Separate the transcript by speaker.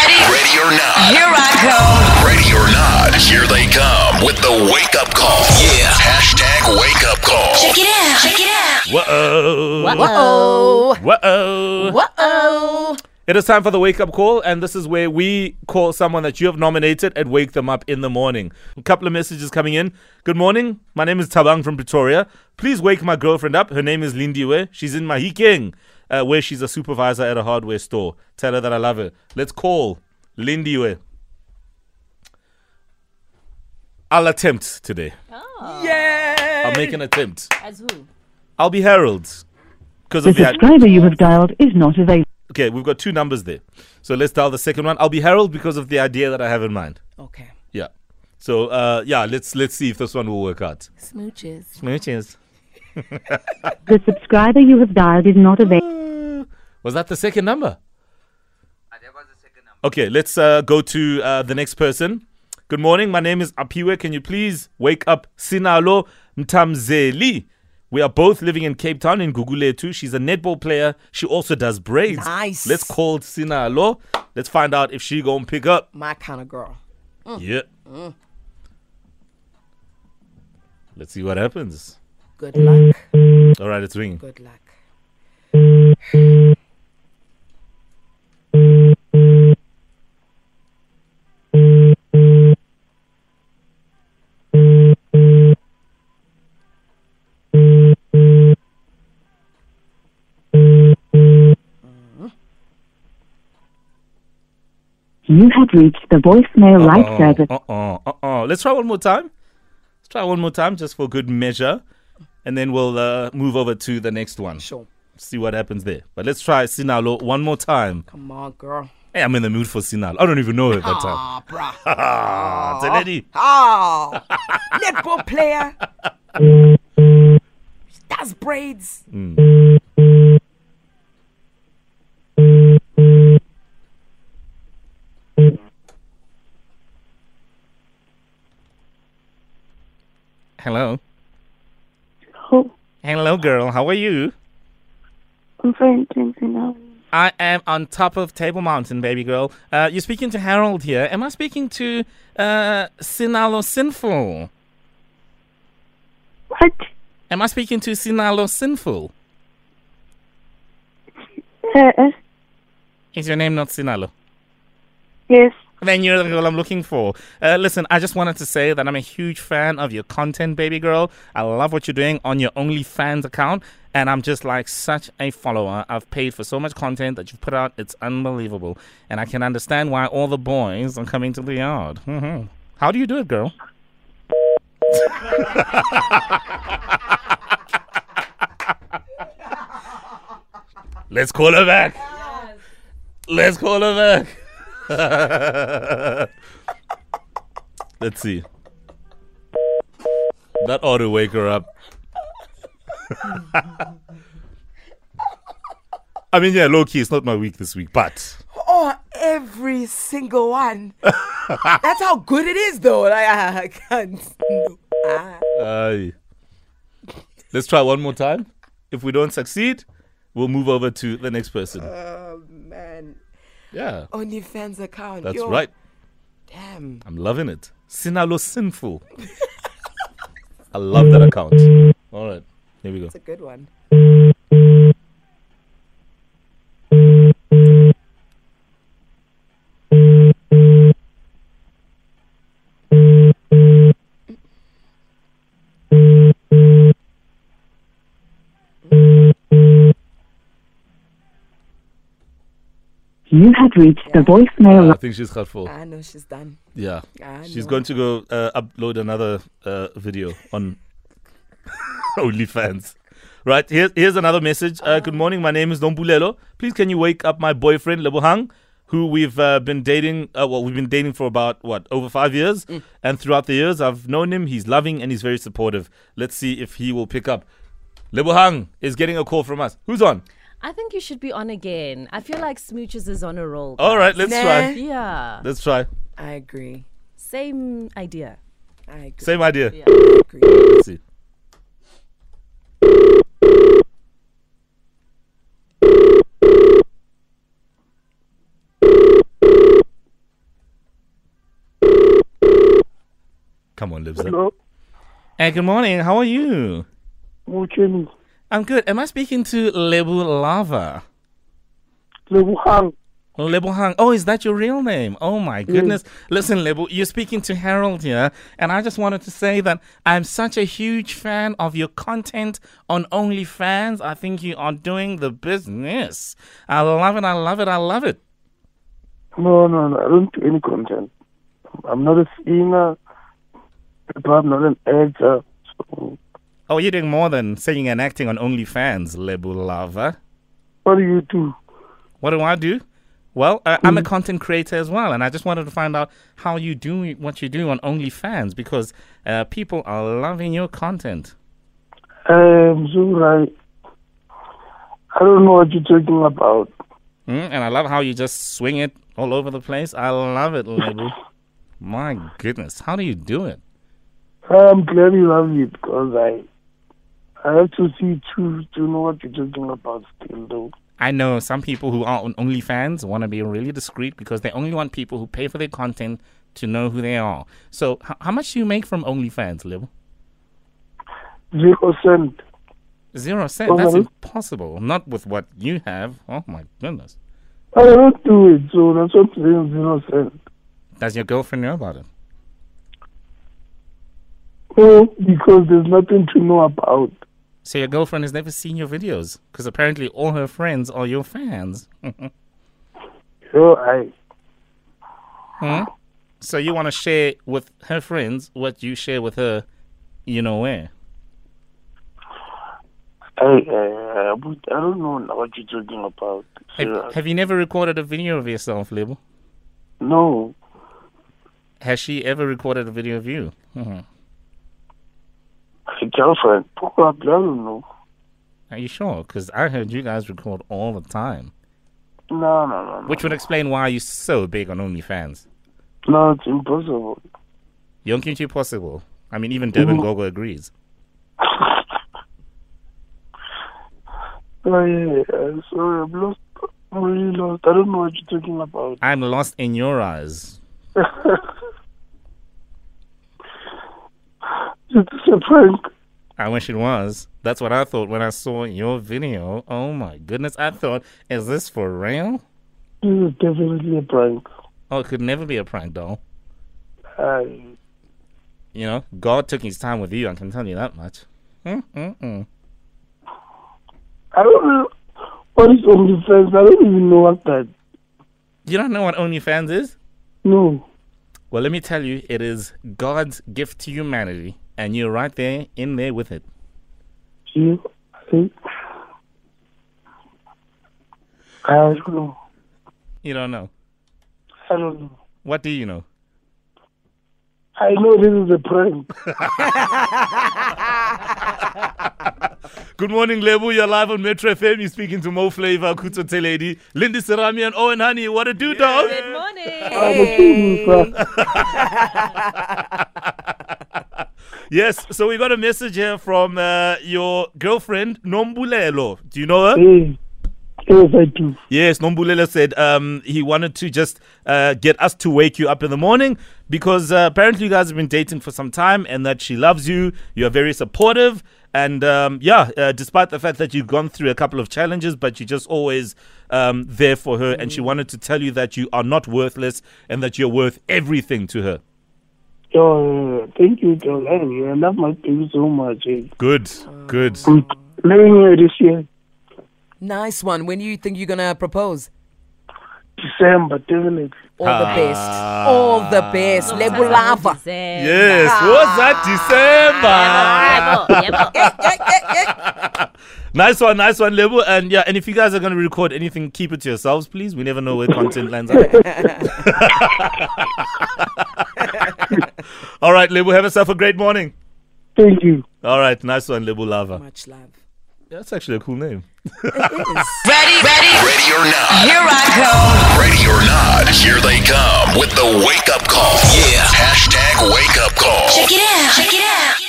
Speaker 1: or not.
Speaker 2: Here I
Speaker 1: Ready or not, here they come with the wake up call. Yeah. Hashtag wake up call.
Speaker 2: go. Check it out. Check it out.
Speaker 3: Whoa.
Speaker 2: Whoa.
Speaker 3: Whoa.
Speaker 2: Whoa.
Speaker 3: It is time for the wake up call, and this is where we call someone that you have nominated and wake them up in the morning. A couple of messages coming in. Good morning. My name is Tabang from Pretoria. Please wake my girlfriend up. Her name is Lindiwe. She's in Mahikeng, uh, where she's a supervisor at a hardware store. Tell her that I love her. Let's call Lindiwe. I'll attempt today. I'll make an attempt.
Speaker 4: Oh. As who?
Speaker 3: I'll be Harold. Because
Speaker 5: The
Speaker 3: of the
Speaker 5: subscriber you have dialed is not available.
Speaker 3: Okay, we've got two numbers there. So let's dial the second one. I'll be Harold because of the idea that I have in mind.
Speaker 4: Okay.
Speaker 3: Yeah. So uh, yeah, let's let's see if this one will work out.
Speaker 4: Smooches.
Speaker 3: Smooches.
Speaker 5: The subscriber you have dialed is not available.
Speaker 3: Was that the second number? Okay, let's uh, go to uh, the next person. Good morning. My name is Apiwe. Can you please wake up Sinalo Mtamzeli? We are both living in Cape Town in Gugule too. She's a netball player. She also does braids.
Speaker 4: Nice.
Speaker 3: Let's call Sinalo. Let's find out if she gonna pick up.
Speaker 4: My kind of girl.
Speaker 3: Yeah. Let's see what happens.
Speaker 4: Good luck.
Speaker 3: All right, it's ringing.
Speaker 4: Good luck.
Speaker 5: You have reached the voicemail live
Speaker 3: Uh
Speaker 5: service.
Speaker 3: oh, uh oh. Let's try one more time. Let's try one more time just for good measure. And then we'll uh, move over to the next one.
Speaker 4: Sure.
Speaker 3: See what happens there. But let's try Sinalo one more time.
Speaker 4: Come on, girl.
Speaker 3: Hey, I'm in the mood for Sinalo. I don't even know her at that time.
Speaker 4: Ah, bruh.
Speaker 3: Ah, it's a lady.
Speaker 4: Oh, netball player. She does braids.
Speaker 3: Hello.
Speaker 6: Oh,
Speaker 3: Hello, girl. How are you?
Speaker 6: I'm fine, thanks. And how are you?
Speaker 3: I am on top of Table Mountain, baby girl. Uh, you're speaking to Harold here. Am I speaking to uh, Sinalo Sinful?
Speaker 6: What?
Speaker 3: Am I speaking to Sinalo Sinful?
Speaker 6: Uh,
Speaker 3: Is your name not Sinalo?
Speaker 6: yes.
Speaker 3: Then you're the girl I'm looking for. Uh, listen, I just wanted to say that I'm a huge fan of your content, baby girl. I love what you're doing on your OnlyFans account, and I'm just like such a follower. I've paid for so much content that you've put out, it's unbelievable. And I can understand why all the boys are coming to the yard. hmm How do you do it, girl? Let's call her back. Let's call her back. Let's see. That ought to wake her up. I mean, yeah, low key, it's not my week this week, but
Speaker 4: Oh, every single one. That's how good it is, though. Like, I, I can't. No. Ah.
Speaker 3: uh, let's try one more time. If we don't succeed, we'll move over to the next person.
Speaker 4: Oh, man.
Speaker 3: Yeah,
Speaker 4: OnlyFans account.
Speaker 3: that's
Speaker 4: Yo,
Speaker 3: right.
Speaker 4: Damn.
Speaker 3: I'm loving it. Sinalo sinful. I love that account. All right, here we go.
Speaker 4: It's a good one.
Speaker 5: You have reached the voicemail
Speaker 3: I
Speaker 5: li-
Speaker 3: think she's got full.
Speaker 4: I know she's done.
Speaker 3: Yeah.
Speaker 4: I
Speaker 3: She's
Speaker 4: know.
Speaker 3: going to go uh, upload another uh, video on OnlyFans. Right, here's, here's another message. Uh, good morning, my name is Dombulelo. Please can you wake up my boyfriend, Lebohang, who we've uh, been dating, uh, well, we've been dating for about, what, over five years?
Speaker 4: Mm.
Speaker 3: And throughout the years, I've known him. He's loving and he's very supportive. Let's see if he will pick up. Lebohang is getting a call from us. Who's on?
Speaker 7: I think you should be on again. I feel like Smooches is on a roll.
Speaker 3: All right, let's
Speaker 4: Nah.
Speaker 3: try.
Speaker 7: Yeah.
Speaker 3: Let's try.
Speaker 4: I agree.
Speaker 7: Same idea.
Speaker 4: I agree.
Speaker 3: Same idea.
Speaker 4: agree.
Speaker 3: Let's see. Come on, Libza.
Speaker 8: Hello.
Speaker 3: Hey, good morning. How are you?
Speaker 8: Mutini.
Speaker 3: I'm good. Am I speaking to Lebu Lava?
Speaker 8: Lebuhang.
Speaker 3: Lebu Hang. Oh, is that your real name? Oh my goodness. Listen, Lebu, you're speaking to Harold here, and I just wanted to say that I'm such a huge fan of your content on OnlyFans. I think you are doing the business. I love it. I love it. I love it.
Speaker 8: No, no, no. I don't do any content. I'm not a singer. But I'm not an actor. So,
Speaker 3: Oh, you're doing more than singing and acting on OnlyFans, Lebu Lava.
Speaker 8: what do you do?
Speaker 3: What do I do? Well, uh, I'm a content creator as well, and I just wanted to find out how you do what you do on OnlyFans because uh, people are loving your content.
Speaker 8: Um, Zurai. I don't know what you're talking about.
Speaker 3: Mm, and I love how you just swing it all over the place. I love it, Lebu. My goodness, how do you do it?
Speaker 8: I'm glad you love it because I, I have to see too to know what you're talking about still though.
Speaker 3: I know some people who are on OnlyFans want to be really discreet because they only want people who pay for their content to know who they are. So, h- how much do you make from OnlyFans, Lebu?
Speaker 8: Zero cent.
Speaker 3: Zero cent. That's
Speaker 8: Mhm.
Speaker 3: impossible. Not with what you have. Oh my goodness.
Speaker 8: I don't do it, so that's what I'm saying, zero cent.
Speaker 3: Does your girlfriend know about it?
Speaker 8: No, because there's nothing to know about.
Speaker 3: So your girlfriend has never seen your videos because apparently all her friends are your fans.
Speaker 8: So I,
Speaker 3: Hmm? So you want to share with her friends what you share with her, you know where?
Speaker 8: I, I, I would- I don't know now what you're talking about. Uh,
Speaker 3: Have,
Speaker 8: Serious.
Speaker 3: have you never recorded a video of yourself, Lebo?
Speaker 8: No,
Speaker 3: Has she ever recorded a video of you? Mhm.
Speaker 8: my girlfriend. Probably, I don't know.
Speaker 3: Are you sure? Because I heard you guys record all the time,
Speaker 8: No, no, no, no.
Speaker 3: which would explain why you're so big on OnlyFans.
Speaker 8: No, it's impossible.
Speaker 3: Yonkinchi possible. I mean, even Durban Gogo agrees.
Speaker 8: Oh, yeah, yeah. Sorry, I'm lost. I'm really lost. I don't know what you're talking about.
Speaker 3: I'm lost in your eyes.
Speaker 8: It's a prank.
Speaker 3: I wish it was. That's what I thought when I saw your video. Oh my goodness. I thought, is this for real?
Speaker 8: This is definitely a prank.
Speaker 3: Oh, it could never be a prank, doll.
Speaker 8: I,
Speaker 3: You know, God took his time with you, I can tell you that much. Mm-mm-mm.
Speaker 8: I don't know what is OnlyFans. I don't even know what that.
Speaker 3: You don't know what OnlyFans is?
Speaker 8: No.
Speaker 3: Well, let me tell you, it is God's gift to humanity, and you're right there in there with it.
Speaker 8: You, I think. I don't know.
Speaker 3: You don't know.
Speaker 8: I don't know.
Speaker 3: What do you know?
Speaker 8: I know this is a prank.
Speaker 3: Good morning, Lebu. You're live on Metro FM. You're speaking to Mo Flavor, Kuto Teledi, Lindy Serami, and Owen Honey. What a do, dog!
Speaker 7: Good morning.
Speaker 8: I'm a genius, uh,
Speaker 3: Yes, so we got a message here from uh, your girlfriend, Nombulelo. Do you know her?
Speaker 8: Hey. Yes, I do.
Speaker 3: Yes, Nombulela said um, he wanted to just uh, get us to wake you up in the morning because uh, apparently you guys have been dating for some time and that she loves you. You're very supportive. And um, yeah, uh, despite the fact that you've gone through a couple of challenges, but you're just always um, there for her. And she wanted to tell you that you are not worthless and that you're worth everything to her.
Speaker 8: Yo, thank you, girl. I I love my baby so much. eh.
Speaker 3: Good, good.
Speaker 8: I'm marrying her this year,
Speaker 4: Nice one. When do you think you're gonna propose?
Speaker 8: December, definitely.
Speaker 4: All the
Speaker 3: Ah.
Speaker 4: best. All the best. Lebulava.
Speaker 7: Yeah.
Speaker 3: Yes, what's that, December? Nice one, nice one, Lebu. And yeah, and if you guys are going to record anything, keep it to yourselves, please. We never know where content lands up. All right, Lebu, have yourself a great morning.
Speaker 8: Thank you.
Speaker 3: All right, nice one, Lebu Lava.
Speaker 4: Much love.
Speaker 3: That's actually a cool name.
Speaker 2: Ready, ready,
Speaker 1: Ready or not,
Speaker 2: here I
Speaker 1: ready or not, here they come with the wake up call. Yeah. Hashtag wake up call.
Speaker 2: go. Check it out. Check it out.